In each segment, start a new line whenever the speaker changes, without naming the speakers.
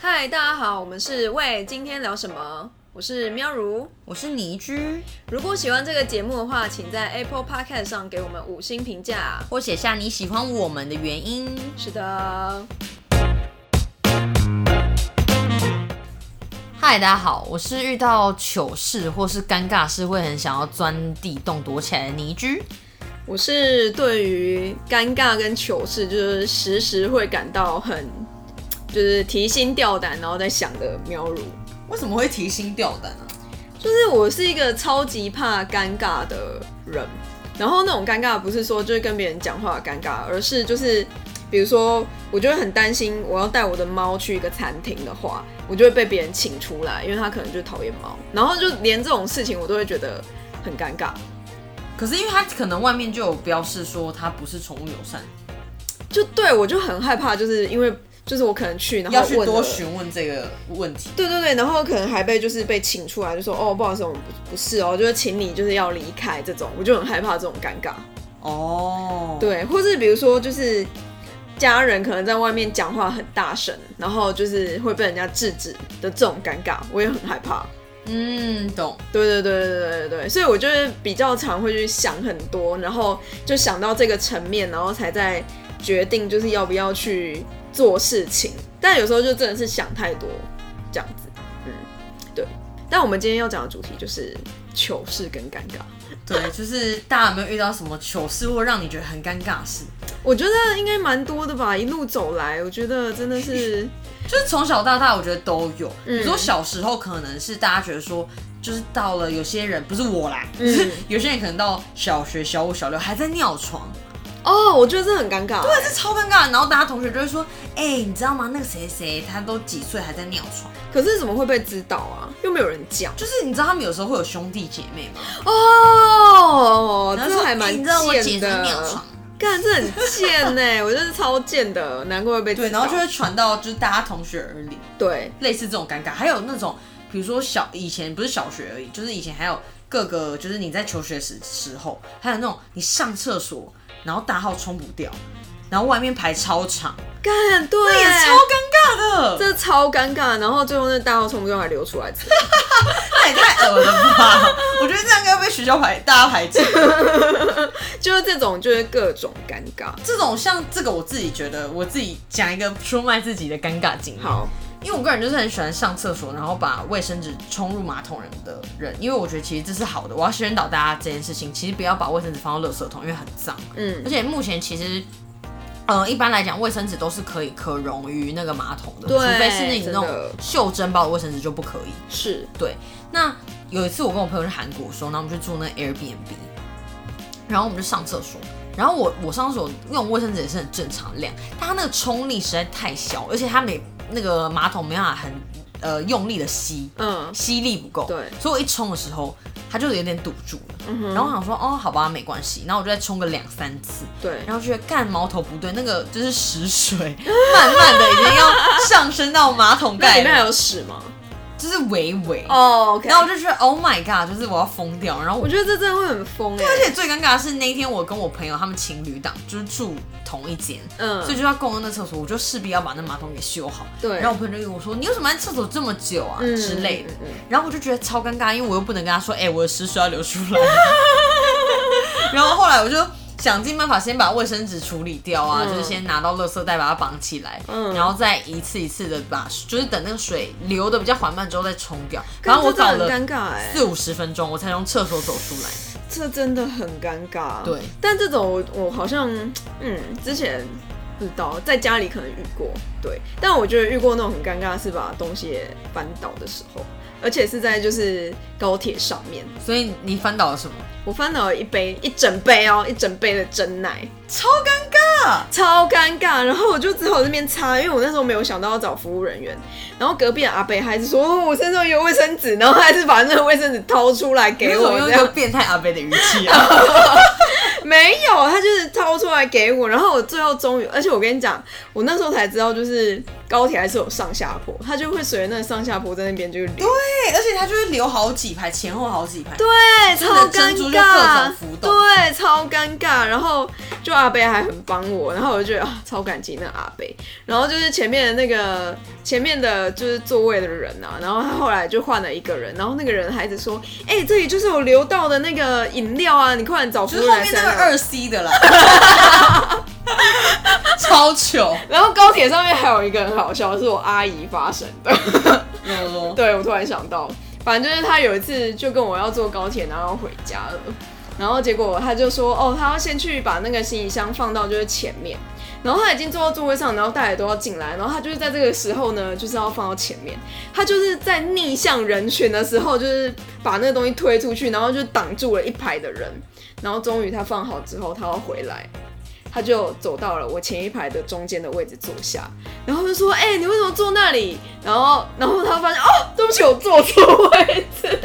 嗨，大家好，我们是喂，今天聊什么？我是喵如。
我是倪居，
如果喜欢这个节目的话，请在 Apple Podcast 上给我们五星评价。
或写下你喜欢我们的原因。
是的，
嗨，大家好，我是遇到糗事或是尴尬事会很想要钻地洞躲起来的倪居。
我是对于尴尬跟糗事，就是时时会感到很，就是提心吊胆，然后在想的喵如。
为什么会提心吊胆啊？
就是我是一个超级怕尴尬的人，然后那种尴尬不是说就是跟别人讲话的尴尬，而是就是比如说，我就会很担心我要带我的猫去一个餐厅的话，我就会被别人请出来，因为他可能就讨厌猫，然后就连这种事情我都会觉得很尴尬。
可是因为它可能外面就有标示说它不是宠物友善，
就对我就很害怕，就是因为就是我可能去，然后
要去
问
多
了
询问这个问题。
对对对，然后可能还被就是被请出来，就说哦不好意思，我们不不是哦，就是请你就是要离开这种，我就很害怕这种尴尬。
哦，，
对，或是比如说就是家人可能在外面讲话很大声，然后就是会被人家制止的这种尴尬，我也很害怕。
嗯，懂。
对对对对对对对，所以我就是比较常会去想很多，然后就想到这个层面，然后才在决定就是要不要去做事情。但有时候就真的是想太多这样子，嗯，对。但我们今天要讲的主题就是糗事跟尴尬。
对，就是大家有没有遇到什么糗事或让你觉得很尴尬的事？
我觉得应该蛮多的吧，一路走来，我觉得真的是。
就是从小到大，我觉得都有。
嗯
你说小时候可能是大家觉得说，就是到了有些人不是我啦，
嗯
就是有些人可能到小学小五、小六还在尿床，
哦，我觉得这很尴尬。
但是超尴尬的。然后大家同学就会说，哎、你知道吗？那个谁谁他都几岁还在尿床？
可是怎么会被知道啊？又没有人讲。
就是你知道他们有时候会有兄弟姐妹嘛，
哦，
然后
这
说
还蛮
哎
贱
你知道我姐在尿
的
床。，
干，这很贱呢、 我真的超贱的，难怪会被知
对，
道
然后就会传到就是大家同学耳里。
对，
类似这种尴尬，还有那种比如说小以前不是小学而已，就是以前还有各个就是你在求学时时候，还有那种你上厕所然后大号冲不掉，然后外面排超长，
干对，
也超尴尬的，
这超尴尬。然后最后那大号冲不中还流出来之类的，
这也太恶了吧！我觉得这样应该被学校排大家排挤。
就是这种就是各种尴尬。
这种像这个我自己觉得，我自己讲一个出卖自己的尴尬经历。
好，
因为我个人就是很喜欢上厕所，然后把卫生纸冲入马桶人的人，因为我觉得其实这是好的。我要宣导大家这件事情，其实不要把卫生纸放到垃圾桶，因为很脏。
嗯
而且目前其实，呃，一般来讲，卫生纸都是可以可溶于那个马桶的，
对
除非是你那种
真的
袖珍包的卫生纸就不可以。
是，
对，那有一次我跟我朋友去韩国的时候，然后我们就住那 Airbnb，然后我们就上厕所，然后我我上厕所用卫生纸也是很正常的量，但它那个冲力实在太小，而且它没那个马桶没办法很呃用力的吸，
嗯
吸力不够，
对嗯
所以我一冲的时候，它就有点堵住了，然后我想说哦好吧没关系，然后我就再冲个两三次，
对，
然后觉得干毛头不对，那个就是屎水 慢慢的已经要上升到马桶
那
盖
里面还
了，
有屎吗？
就是微微
哦，OK、
然
o
后
k
我就觉得 Oh my God，就是我要疯掉。然后我
我，觉得这真的会很疯哎、
而且最尴尬的是那一天我跟我朋友他们情侣档就是住同一间，
嗯
所以就要共用那厕所，我就势必要把那马桶给修好。
对
然后我朋友就跟我说：“你为什么在厕所这么久啊？”
嗯
之类的
嗯嗯。
然后我就觉得超尴尬，因为我又不能跟他说：“哎、我的屎水要流出来。” 然后后来我就。想尽办法先把卫生纸处理掉啊，
嗯
就是先拿到垃圾袋把它绑起来，
嗯
然后再一次一次的把，就是等那个水流的比较缓慢之后再冲掉。
干
然后我
这
搞
真
了
的很尴尬哎、
四五十分钟，我才从厕所走出来。
这真的很尴尬。
对，
但这种我我好像嗯之前不知道，在家里可能遇过。对，但我觉得遇过那种很尴尬的是把东西也翻倒的时候，而且是在就是高铁上面，
所以你翻倒了什么？
我翻倒了一杯一整杯哦，一整杯的真奶，
超尴尬！
超尴尬。然后我就只好这边擦，因为我那时候没有想到要找服务人员。然后隔壁的阿北还是说、哦、我身上有卫生纸，然后他还是把那个卫生纸掏出来
给
给我
我用
这
一
样
个。变态阿贝的语气啊！
没有，他就是掏出来给我，然后我最后终于，而且我跟你讲，我那时候才知道，就是高铁还是有上下坡，它就会随着那个上下坡在那边就流。
对，而且它就会留好几排，前后好几排。对，
对，
真的
超尴
珍珠就各
尬
种浮，动
对，超尴尬。然后就阿贝还很帮我，然后我就觉得啊，超感激那阿贝。然后就是前面的那个前面的就是座位的人啊，然后他后来就换了一个人，然后那个人还一直说，哎、这里就是我留到的那个饮料啊，你快点找服
就
务
是后
来
面那
三
个
啊。
二 C 的啦， 超糗。
然后高铁上面还有一个很好笑，是我阿姨发生的。
嗯
对，我突然想到，反正就是他有一次就跟我要坐高铁，然后要回家了，然后结果他就说，哦，他要先去把那个行李箱放到就是前面，然后他已经坐到座位上，然后大家也都要进来，然后他就是在这个时候呢，就是要放到前面，他就是在逆向人群的时候，就是把那个东西推出去，然后就挡住了一排的人，然后终于他放好之后，他要回来。他就走到了我前一排的中间的位置坐下，然后就说：“哎、你为什么坐那里？”然后，然后他发现哦，对不起，我坐错位置。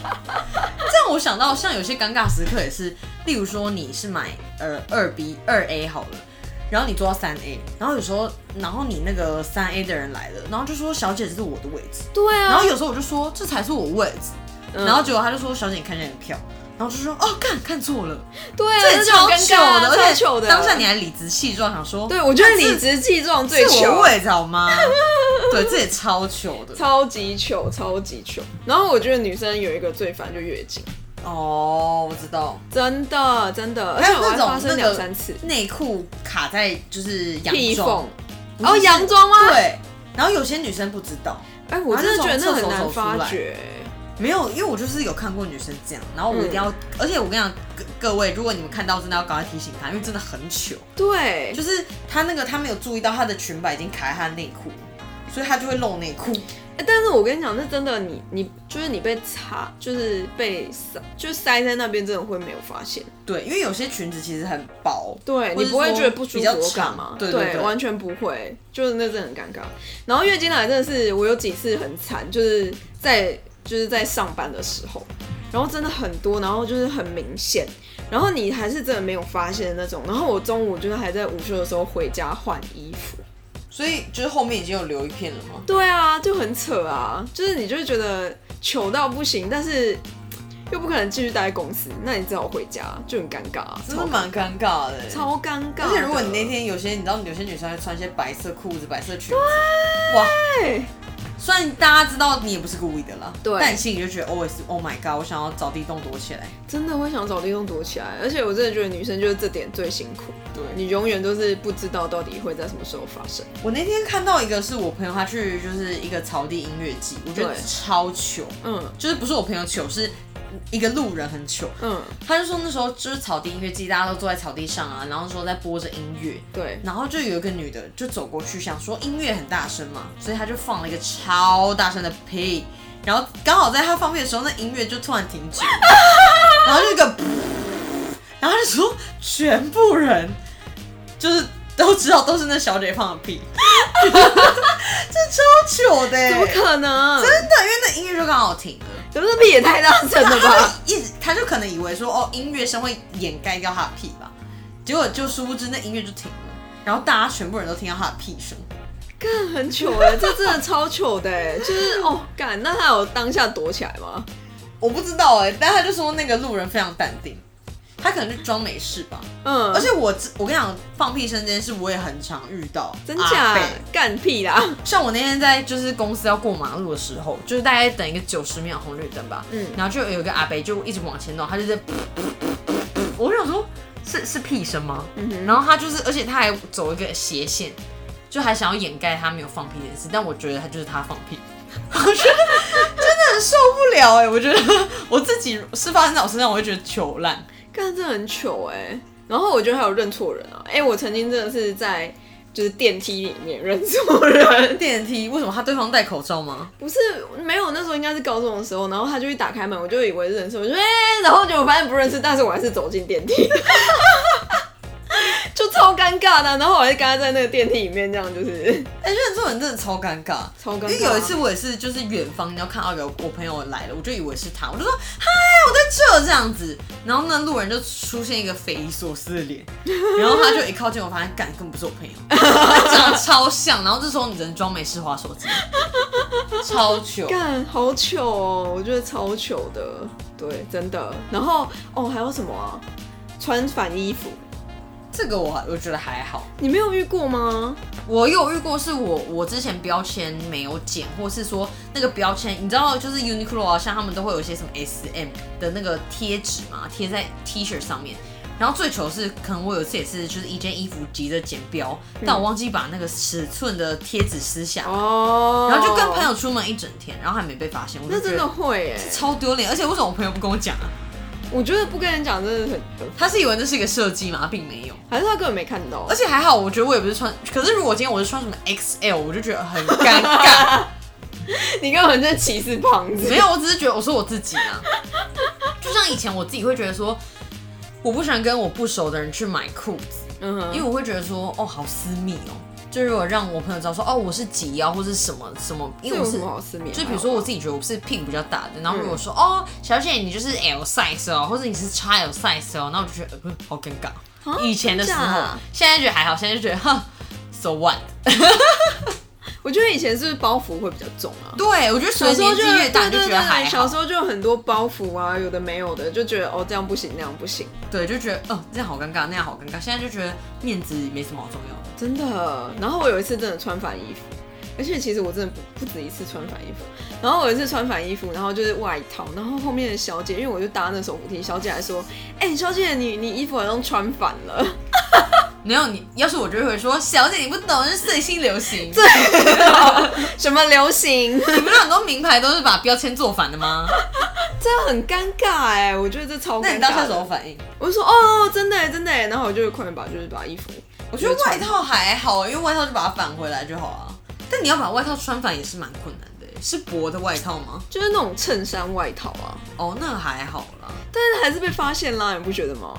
这让我想到，像有些尴尬时刻也是，例如说你是买呃二 B 二 A 好了，然后你坐到三 A，然后有时候然后你那个三 A 的人来了，然后就说小姐这是我的位置，
对啊，
然后有时候我就说这才是我位置，
嗯
然后结果他就说小姐你看一下你的票，然后就说哦看看错了，
对啊，
这也
这就很
超
尴
糗
尬啊，
的，而
超
且
糗的。
当下你还理直气壮想说，
对我觉得
这
理直气壮最
是我
糗，啊
位置 好吗？对，这也超糗的
超级糗，超级糗。然后我觉得女生有一个最烦就月经，
哦，我知道。
真的真的，而
还
且
有
我
那
还
种
发生
那个
两三次
内裤卡在就是洋
屁缝
装，，
然后洋装吗？
对，然后有些女生不知道，
哎，我真的觉得那很
然
难
后那种
发
厕所走出来
觉。
没有，因为我就是有看过女生这样，然后我一定
嗯
要，而且我跟你讲，各各位，如果你们看到，真的要赶快提醒她，因为真的很糗，
对，
就是她那个她没有注意到她的裙摆已经卡在她内裤，所以她就会露内裤，
欸但是我跟你讲，那真的你你就是你被插，就是被塞，就塞在那边，真的会没有发现。对，
对，因为有些裙子其实很薄，
对
或
你
是
不会
说
觉得不舒
比较
服或干
长
嘛？
对对对，
完全不会，就是那真的很尴尬。然后月经来真的是我有几次很惨，就是在就是在上班的时候，然后真的很多，然后就是很明显，然后你还是真的没有发现的那种。然后我中午就是还在午休的时候回家换衣服。
所以就是后面已经有留一片了吗？
对啊，就很扯啊，就是你就会觉得糗到不行，但是又不可能继续待在公司，那你只好回家，就很尴尬、啊，
真的蛮尴尬的欸，
超尴尬的。
而且如果你那天有些，你知道有些女生会穿一些白色裤子、白色裙子，哇！虽然大家知道你也不是故意的啦，
对
但你心里就觉得 always oh my god，我想要找地洞躲起来。
真的会想找地洞躲起来，而且我真的觉得女生就是这点最辛苦，
对
你永远都是不知道到底会在什么时候发生。
我那天看到一个是我朋友他去就是一个草地音乐季，我觉得
对
超糗，
嗯
就是不是我朋友糗，是一个路人很糗。
嗯，
他就说那时候就是草地音乐季，大家都坐在草地上啊，然后说在播着音乐，
对，
然后就有一个女的就走过去，想说音乐很大声嘛，所以她就放了一个超大声的屁，然后刚好在她放屁的时候，那音乐就突然停止，然后就一个， 然后她就说全部人就是都知道都是那小姐放的屁， 这超糗的欸、
怎么可能？
真的，因为那音乐就刚好停了。
怎么这屁也太大声了
他
吧？
就一直，他就可能以为说哦，音乐声会掩盖掉他的屁吧，结果就殊不知那音乐就停了，然后大家全部人都听到他的屁声，
干很糗哎、这真的超糗的哎、就是哦干，那他有当下躲起来吗？
我不知道哎、但他就说那个路人非常淡定，他可能就装没事吧。
嗯，
而且我知我跟你讲，放屁声这件事我也很常遇到，
真
阿
假
伯
干屁啦！
像我那天在就是公司要过马路的时候，就是大概等一个九十秒红绿灯吧，
嗯
然后就有一个阿伯就一直往前弄，他就在，我就想说，是是屁声吗？然后他就是，而且他还走一个斜线，就还想要掩盖他没有放屁这件事，但我觉得他就是他放屁， 我觉得真的很受不了哎、我觉得我自己是发生在我身上，我会觉得糗烂，
干这很糗哎、然后我觉得还有认错人啊，哎、我曾经真的是在就是电梯里面认错人，
电梯为什么他对方戴口罩吗？
不是没有那时候应该是高中的时候，然后他就一打开门，我就以为是认识，我就哎、然后结果发现不认识，但是我还是走进电梯， 就超尴尬的啊、然后我还是跟他在那个电梯里面这样就是
哎、认错人真的超尴尬，
超尴尬啊
因为有一次我也是，就是远方，然后看到有我朋友来了，我就以为是他，我就说嗨，我在这这样子。然后呢，路人就出现一个匪夷所思的脸，然后他就一靠近我，发现干根本不是我朋友，他长得超像。然后这时候你只能装没事划手机，超糗。
干好糗哦，我觉得超糗的，对，真的。然后哦，还有什么啊？穿反衣服，
这个我我觉得还好。
你没有遇过吗？
我有遇过，是我我之前标签没有剪，或是说那个标签，你知道就是 Uniqlo 啊，像他们都会有一些什么 S M 的那个贴纸嘛，贴在 T 恤上面。然后最糗的是，可能我有一次也是，就是一件衣服急着剪标，但我忘记把那个尺寸的贴纸撕下来，
嗯哦，
然后就跟朋友出门一整天，然后还没被发现，我就
那
觉
真
得
的会耶，
超丢脸。而且为什么我朋友不跟我讲啊？
我觉得不跟人讲真的很，很
他是以为那是一个设计嘛，并没有。
还是他根本没看到
而。且还好，我觉得我也不是穿，可是如果今天我是穿什么 XL，我就觉得很尴尬。
你根本在歧视胖子。
没有，我只是觉得我说我自己啊，就像以前我自己会觉得说，我不喜欢跟我不熟的人去买裤子，
嗯哼，
因为我会觉得说，哦，好私密哦。就如果让我朋友知道说，哦，我是及腰或是什么什么，因
这
为
有
我
什
是
么好啊失眠？
就比如说我自己觉得我是屁股比较大的，然后
嗯
如果说、哦，小姐你就是 L size 哦，或者你是 XL size 哦，那我就觉得呃好尴尬。
啊
以前的时
真
候
假，
现在觉得还好，现在就觉得哼，so what？
我觉得以前是不是包袱会比较重啊？
对我觉得随
小
着
时候
年纪
就
越大，
对
你就
对
觉得还
对，
好
小。时候就有很多包袱啊，有的没有的，就觉得哦这样不行那样不行，
对，就觉得哦，这样好尴尬，那样好尴尬。现在就觉得面子没什么好重要的。
真的。然后我有一次真的穿反衣服，而且其实我真的不不止一次穿反衣服。然后我有一次穿反衣服，然后就是外套，然后后面的小姐，因为我就搭那手扶梯，小姐还说：“哎、小姐你你衣服好像穿反了。”
没有你，要是我就会说，小姐你不懂，这是最新流行。对，
什么流行？
你不是很多名牌都是把标签做反的吗？
这很尴尬哎、我觉得这超尴尬。
那你当下什么？反应？
我就说哦，真的耶真的耶，然后我就快点把就是把衣服，
我觉得外套还好，因为外套就把它反回来就好啊。但你要把外套穿反也是蛮困难的耶，欸是薄的外套吗？
就是那种衬衫外套啊，
哦，那还好啦。
但是还是被发现啦，你不觉得吗？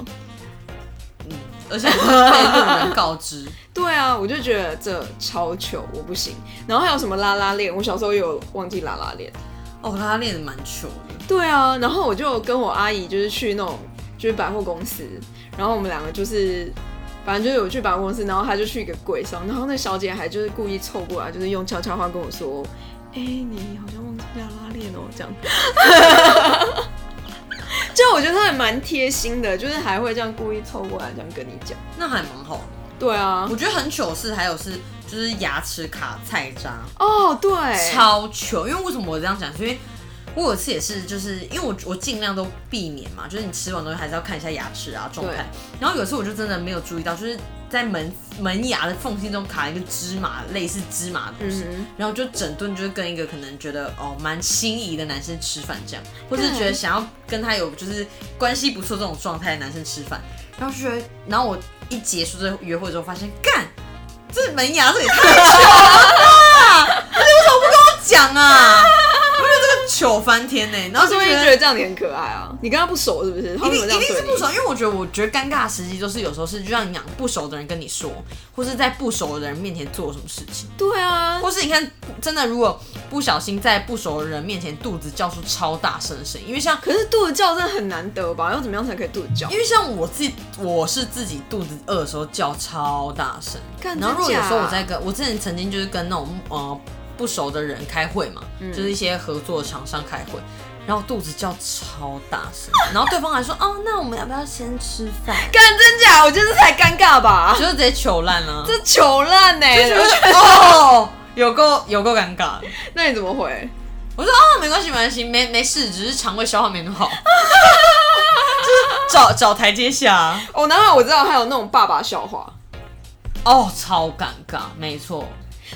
嗯而且被路人告知，
对啊，我就觉得这超糗，我不行。然后还有什么拉拉链，我小时候也有忘记拉拉链。
哦，拉链蛮糗的。
对啊，然后我就跟我阿姨就是去那种就是百货公司，然后我们两个就是。反正就是有去百货公司，然后她就去一个柜上，然后那小姐还就是故意凑过来，就是用悄悄话跟我说：“哎、你好像忘记拉拉链哦。”这样，就我觉得她还蛮贴心的，就是还会这样故意凑过来这样跟你讲。
那还蛮好的。
对啊
我，觉得很糗是还有是就是牙齿卡菜渣，
哦对，
超糗。因为为什么我这样讲？是因为我有一次也是，就是因为我我尽量都避免嘛，就是你吃完东西还是要看一下牙齿啊状态。然后有一次我就真的没有注意到，就是在门门牙的缝隙中卡一个芝麻，类似芝麻的东西。
嗯
然后就整顿就是跟一个可能觉得哦蛮心仪的男生吃饭这样，或是觉得想要跟他有就是关系不错这种状态的男生吃饭，然后就觉得，然后我一结束这约会之后发现，干这门牙这也太糗了吧，而且为什么不跟我讲 啊？我觉得这个糗翻天呢、然
哼，
后
是
就
不是
觉得
觉得这样你很可爱啊？你跟她不熟是不是？她
一
为什
定
么哦这样
一定
对
是
你
不熟，因为我觉得我觉得尴尬的时机就是有时候是就像你讲不熟的人跟你说，或是在不熟的人面前做什么事情，
对啊，
或是你看真的如果不小心在不熟的人面前肚子叫出超大声的声音，因为像
可是肚子叫真的很难得吧？要怎么样才可以肚子叫
因？为像我自己，我是自己肚子饿的时候叫超大声，
干
然后如果
真
有
假
时候我在跟我之前曾经就是跟那种呃不熟的人开会嘛，就是一些合作的厂商开会，然后肚子叫超大 声，然后对方还说哦，那我们要不要先吃饭？
干真假？我觉得这才尴尬吧，
就是直接糗烂了、
这糗烂呢、
哦，有够有够尴尬的。
那你怎么回？
我说哦，没关系，没关系，没没事，只是肠胃消化没那么 好，就是找找台阶下。
哦，然后我知道还有那种爸爸笑话，
哦，超尴尬，没错。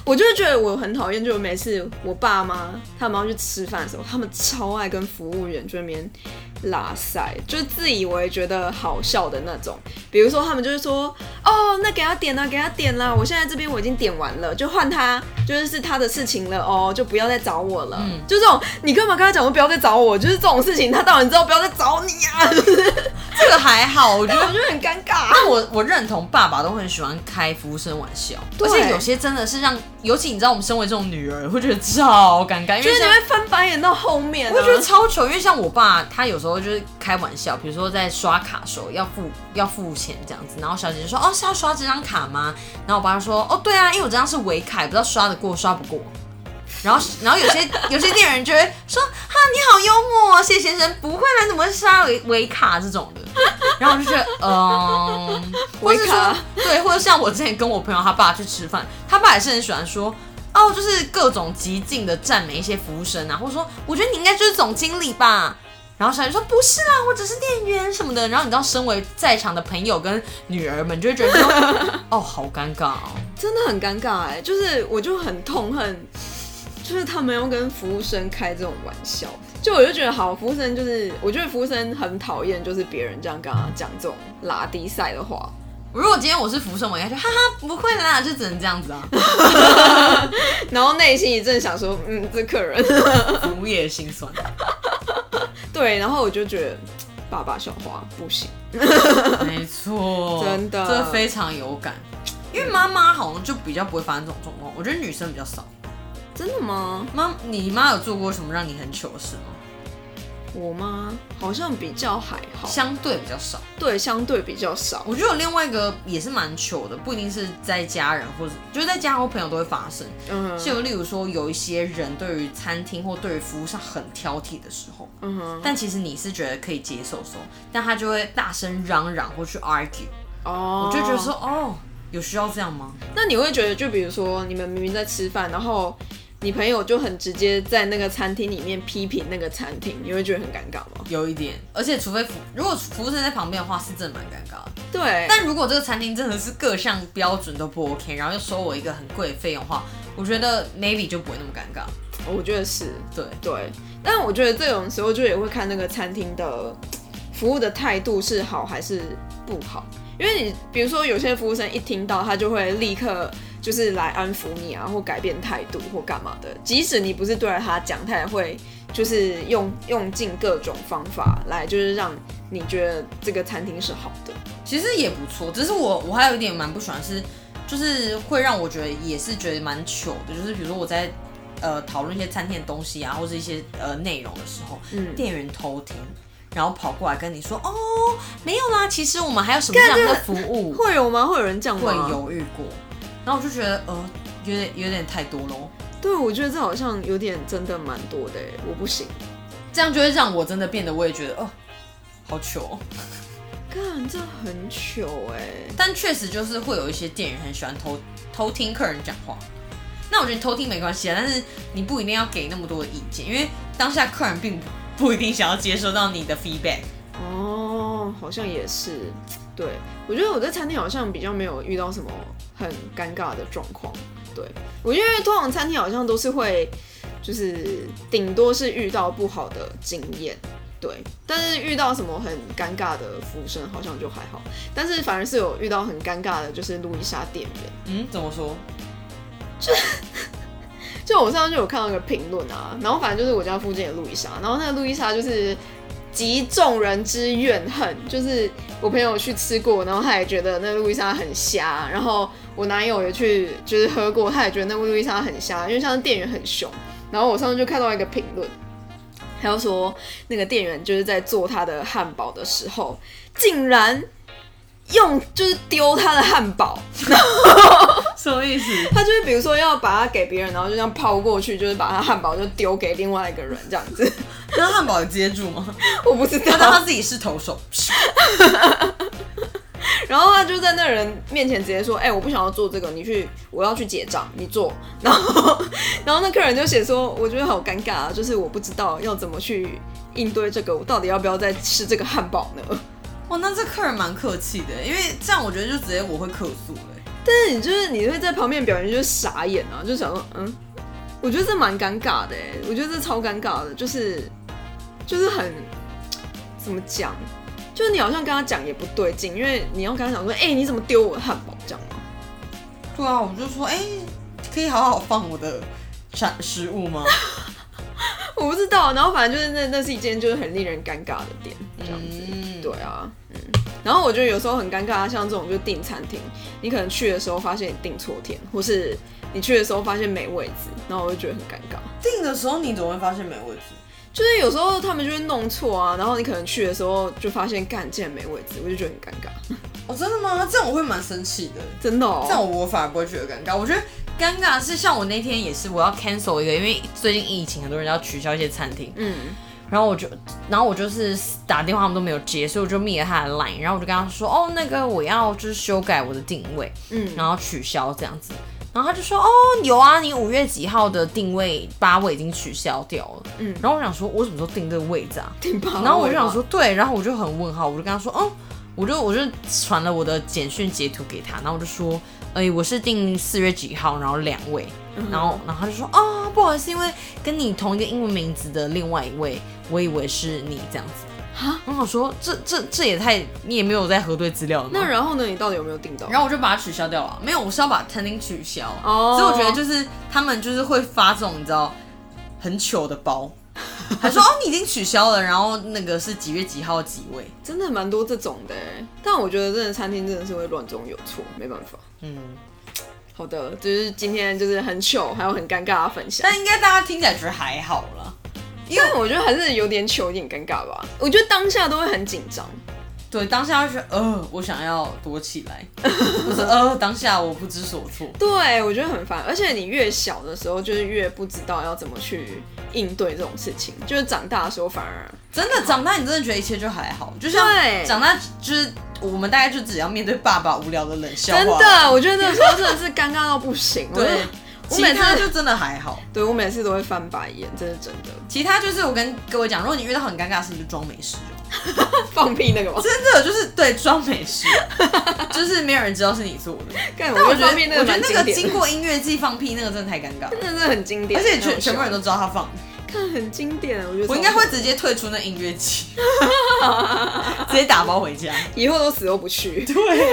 我就觉得我很讨厌，就是每次我爸妈他们要去吃饭的时候，他们超爱跟服务员就那边拉塞，就是自以为觉得好笑的那种。比如说他们就是说，哦，那给他点啦，给他点啦，我现在这边我已经点完了，就换他，就是是他的事情了哦，就不要再找我了。就这种，你干嘛跟他讲说不要再找我？就是这种事情，他当然知道不要再找你啊，
这个还好，我觉
我
得。啊
觉得很尴尬。
但我我认同爸爸都很喜欢开服务生玩笑，
对
而且有些真的是让尤其你知道我们身为这种女儿，会觉得超尴尬，因
就
为
是你
像呃
会翻白眼到后面、啊，
我会觉得超糗，因为像我爸，他有时候就是开玩笑，比如说在刷卡的时候要付要付钱这样子，然后小姐姐说：“哦，是要刷这张卡吗？”然后我爸就说：“哦，对啊，因为我这张是伪卡，也不知道刷得过刷不过。”然后，然后有些 有些店员就会说：“哈，你好幽默哦，谢先生，不会啦，怎么会刷伪伪卡这种的？” 然后我就觉得，嗯，
维
或者
卡
说，对，或者像我之前跟我朋友他爸去吃饭，他爸也是很喜欢说。哦，就是各种极尽的赞美一些服务生啊，或者说我觉得你应该就是总经理吧。然后小姐说不是啦，我只是店员什么的。然后你知道，身为在场的朋友跟女儿们就会觉 得说，哦，好尴尬哦。
真的很尴尬哎、就是我就很痛恨，就是他们要跟服务生开这种玩笑，就我就觉得好，服务生就是我觉得服务生很讨厌，就是别人这样跟他讲这种拉低赛的话，
如果今天我是服务生，我应该就哈哈不会啦，就只能这样子啊。
然后内心一阵想说，嗯，这客人
服务业心酸。
对，然后我就觉得爸爸小花不行，
没错，
真的
这非常有感。因为妈妈好像就比较不会发生这种状况，我觉得女生比较少。
真的吗？
妈，你妈有做过什么让你很糗的事吗？
我妈好像比较还好，
相对比较少。
对，相对比较少。
我觉得有另外一个也是蛮糗的，不一定是在家人或者就是在家或朋友都会发生。
嗯
就例如说，有一些人对于餐厅或对于服务上很挑剔的时候，
嗯哼，
但其实你是觉得可以接受的时候，但他就会大声嚷嚷或去 argue，
哦，
我就觉得说，哦，有需要这样吗？
那你会觉得，就比如说你们明明在吃饭，然后你朋友就很直接在那个餐厅里面批评那个餐厅，你会觉得很尴尬吗？
有一点，而且除非服，如果服务生在旁边的话，是真的蛮尴尬的。
对，
但如果这个餐厅真的是各项标准都不 OK，然后又收我一个很贵的费用的话，我觉得 maybe 就不会那么尴尬。
我觉得是
对，
对，但我觉得这种时候就也会看那个餐厅的服务的态度是好还是不好，因为你比如说有些服务生一听到他就会立刻。就是来安抚你啊，或改变态度或干嘛的。即使你不是对着他讲，他也会就是用用尽各种方法来，就是让你觉得这个餐厅是好的。
其实也不错，只是我我还有一点蛮不喜欢是，就是会让我觉得也是觉得蛮糗的，就是比如说我在呃讨论一些餐厅的东西啊，或是一些呃内容的时候，
嗯
店员偷听，然后跑过来跟你说哦没有啦，其实我们还有什么这样的服务
嗯会有吗？会有人这样吗？
会。犹豫过，然后我就觉得呃有点有点太多咯。
对，我觉得这好像有点真的蛮多的耶，我不行。
这样就会让我真的变得我也觉得哦好糗哦、
干，这很糗哎。
但确实就是会有一些店员很喜欢偷偷听客人讲话。那我觉得偷听没关系啊，但是你不一定要给那么多的意见，因为当下客人并不 不一定想要接收到你的 feedback。
哦，好像也是。对，我觉得我在餐厅好像比较没有遇到什么很尴尬的状况。对，我因为通常餐厅好像都是会，就是顶多是遇到不好的经验。对，但是遇到什么很尴尬的服务生好像就还好，但是反而是有遇到很尴尬的，就是路易莎店员。
嗯，怎么说？
就我上次就有看到一个评论啊，然后反正就是我家附近的路易莎，然后那个路易莎就是集众人之怨恨，就是我朋友去吃过，然后他也觉得那路易莎很瞎，然后我男友也去就是喝过，他也觉得那路易莎很瞎，因为像店员很凶，然后我上次就看到一个评论。他就说，那个店员就是在做他的汉堡的时候，竟然用就是丢他的汉堡，
什么意思？
他就是比如说要把它给别人，然后就这样抛过去，就是把他汉堡就丢给另外一个人这样子。
那汉堡有接住 吗？
我不知
他当
道。
他自己是投手，
然后他就在那人面前直接说：“哎、我不想要做这个，你去，我要去结账，你做。” 然后，然后那客人就写说：“我觉得好尴尬啊，就是我不知道要怎么去应对这个，我到底要不要再吃这个汉堡呢
哇，那这客人蛮客气的，因为这样我觉得就直接我会客诉了。？”欸
但是你就是你会在旁边表现就是傻眼啊，就想说：“嗯，我觉得这蛮尴尬的、欸，我觉得这超尴尬的，就是就是很怎么讲，就是你好像跟他讲也不对劲，因为你要跟他讲说，哎、你怎么丢我的汉堡这样吗？
对啊，我就说，哎、可以好好放我的产食物吗？
我不知道。啊然后反正就是那那是一件就是很令人尴尬的点，这样子。
嗯
对啊，嗯。然后我觉得有时候很尴尬，像这种就订餐厅，你可能去的时候发现你订错天，或是你去的时候发现没位置，然后我就觉得很尴尬。
定的时候你总会发现没问题。
就是有时候他们就会弄错啊，然后你可能去的时候就发现干竟然没位置，我就觉得很尴尬，
哦，真的吗？这样我会蛮生气的。
真的哦
这。样我反而不会觉得尴尬。我觉得尴尬是像我那天也是，我要 cancel 一个，因为最近疫情，很多人要取消一些餐厅，
嗯，
然后我就，然后我就是打电话他们都没有接，所以我就灭了他的 line，然后我就跟他说，哦，那个我要就是修改我的定位，
嗯
嗯，然后取消这样子。然后他就说：“哦，有啊，你五月几号的定位八位已经取消掉了。”
嗯
嗯，然后我想说，我什么时候定这个位置啊？
挺棒的。
然后我就想
吧
说，，对，然后我就很问号，我就跟他说，嗯，我就我就传了我的简讯截图给他，然后我就说，哎、我是定四月几号，然后两位，然后然后他就说，啊，不好意思，因为跟你同一个英文名字的另外一位，我以为是你这样子。
哈
然后我说，这这这也太，你也没有在核对资料了吗？
那然后呢？你到底有没有订到？
然后我就把它取消掉了。没有，我是要把餐厅取消。
哦
所以我觉得就是他们就是会发这种你知道很糗的包，还说哦你已经取消了，然后那个是几月几号几位。
真的蛮多这种的欸，但我觉得真的餐厅真的是会乱中有错，没办法。
嗯，
好的，就是今天就是很糗，还有很尴尬的分享。
但应该大家听起来觉得还好啦。
因为我觉得还是有点糗，有点尴尬吧。我觉得当下都会很紧张，
对，当下会觉得呃，我想要躲起来， 或者呃，当下我不知所措。
对我觉得很烦。而且你越小的时候，就是越不知道要怎么去应对这种事情，就是长大的时候反而
真的，长大你真的觉得一切就还好，就像
对
长大就是我们大概就只要面对爸爸无聊的冷笑话。
真，的，我觉得那时候真的是尴尬到不 行。我
对，
我
其
每
他
次
就真的还好。
对我每次都会翻白眼，这是真的。
其他就是我跟各位讲，如果你遇到很尴尬的事，你就装没事就好。
放屁那个 吗？
真的就是对装没事，就是没有人知道是你做的。
但
但
我
我
觉
觉
得
得
放屁那个
我觉得
蛮
那
经
个
典
经
的，
过音乐季放屁那个真的太尴 尬了，
真的是很经典，
而且
很好
全全部人
笑
都知道他放的。
看很经典，我觉得
我应该会直接退出那音乐季， 直接打包回家。
以后都死都不去。
对，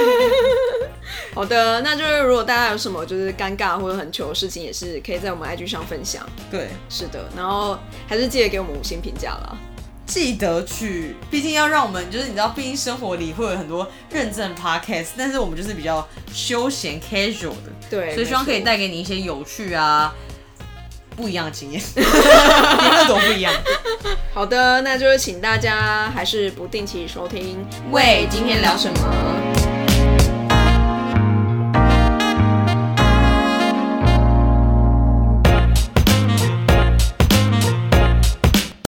好的，那就是如果大家有什么就是尴尬或者很糗的事情，也是可以在我们 IG 上分享。
对，
是的，然后还是记得给我们五星评价啦。
记得去，毕竟要让我们就是你知道，毕竟生活里会有很多认真的 podcast，但是我们就是比较休闲 casual 的。
对，
所以希望可以
没错
带给你一些有趣啊、不一样的经验， 你那种不一样。
好哎的，那就是请大家还是不定期收听。喂，今天聊什么？